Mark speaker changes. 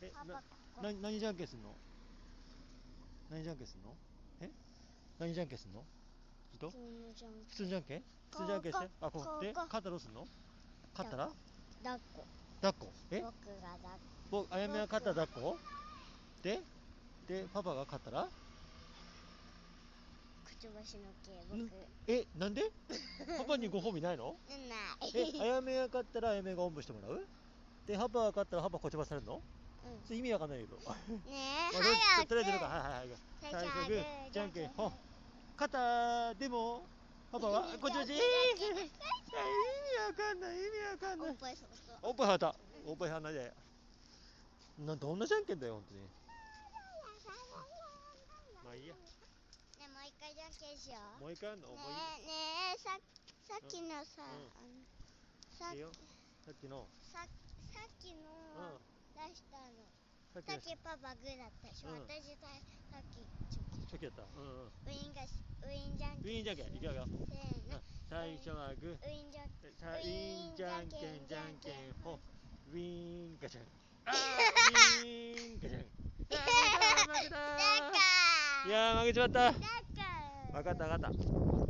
Speaker 1: え
Speaker 2: パパパ
Speaker 1: なな何じゃんけんすんの何じゃんけんすんのえ何じゃんけんすんのずっと
Speaker 2: 普通のじゃん
Speaker 1: 普通じゃんけん普通じゃんけんしてあこ
Speaker 2: ここ
Speaker 1: うで
Speaker 2: ここ
Speaker 1: 勝ったらどうすんの勝ったら
Speaker 2: 抱っこ
Speaker 1: 抱っこえ
Speaker 2: 僕が抱っこ
Speaker 1: 僕あやめが勝ったら抱っこででパパが勝ったら
Speaker 2: くちばしの毛僕
Speaker 1: えなん でパパにご褒美ないの
Speaker 2: ない
Speaker 1: えあやめが勝ったらあやめがおんぶしてもらうでパパが勝ったらパパこちばされるの
Speaker 2: うん
Speaker 1: それ意味わかんないけど
Speaker 2: ね
Speaker 1: まあどう
Speaker 2: え
Speaker 1: とりあえずなん
Speaker 2: 早く
Speaker 1: かはいはいはい
Speaker 2: 最
Speaker 1: 最
Speaker 2: 初は
Speaker 1: 初
Speaker 2: グ
Speaker 1: グ
Speaker 2: ー
Speaker 1: ーじゃんけんほん肩でもパパはあこっちこっち
Speaker 2: じ
Speaker 1: え
Speaker 2: ゃんけん
Speaker 1: ー意
Speaker 2: じゃんけん
Speaker 1: 味わかんない意味わかん
Speaker 2: お
Speaker 1: な
Speaker 2: っ
Speaker 1: い
Speaker 2: ぱいそうそう
Speaker 1: おっぱいはたおっぱいはなでなどんなじゃんけんだよ本当にまあいいや
Speaker 2: ねもう一回じゃんけんしよう
Speaker 1: もう一回やんの
Speaker 2: ね
Speaker 1: もう
Speaker 2: えねえささっきのさ、
Speaker 1: うん
Speaker 2: あの
Speaker 1: い
Speaker 2: さ
Speaker 1: いいいよさっきの
Speaker 2: ささっきの
Speaker 1: うん
Speaker 2: は出したの、
Speaker 1: さっきの
Speaker 2: さっきパパグーだったでしょ、
Speaker 1: うん
Speaker 2: 私ささっきチョキ
Speaker 1: 初期やったうんうん
Speaker 2: ウィンがしウィンじゃん
Speaker 1: ウ
Speaker 2: けん
Speaker 1: ィーンじゃんけんいくよいくよ
Speaker 2: せーの
Speaker 1: 最初はグー
Speaker 2: ウィンじゃんけん
Speaker 1: さウィーンじゃんけんじゃんけんほウィーンガチャンあーウィーンガチャンあー負けた
Speaker 2: だか
Speaker 1: いやー負けちまった
Speaker 2: らだから
Speaker 1: 分かった分かった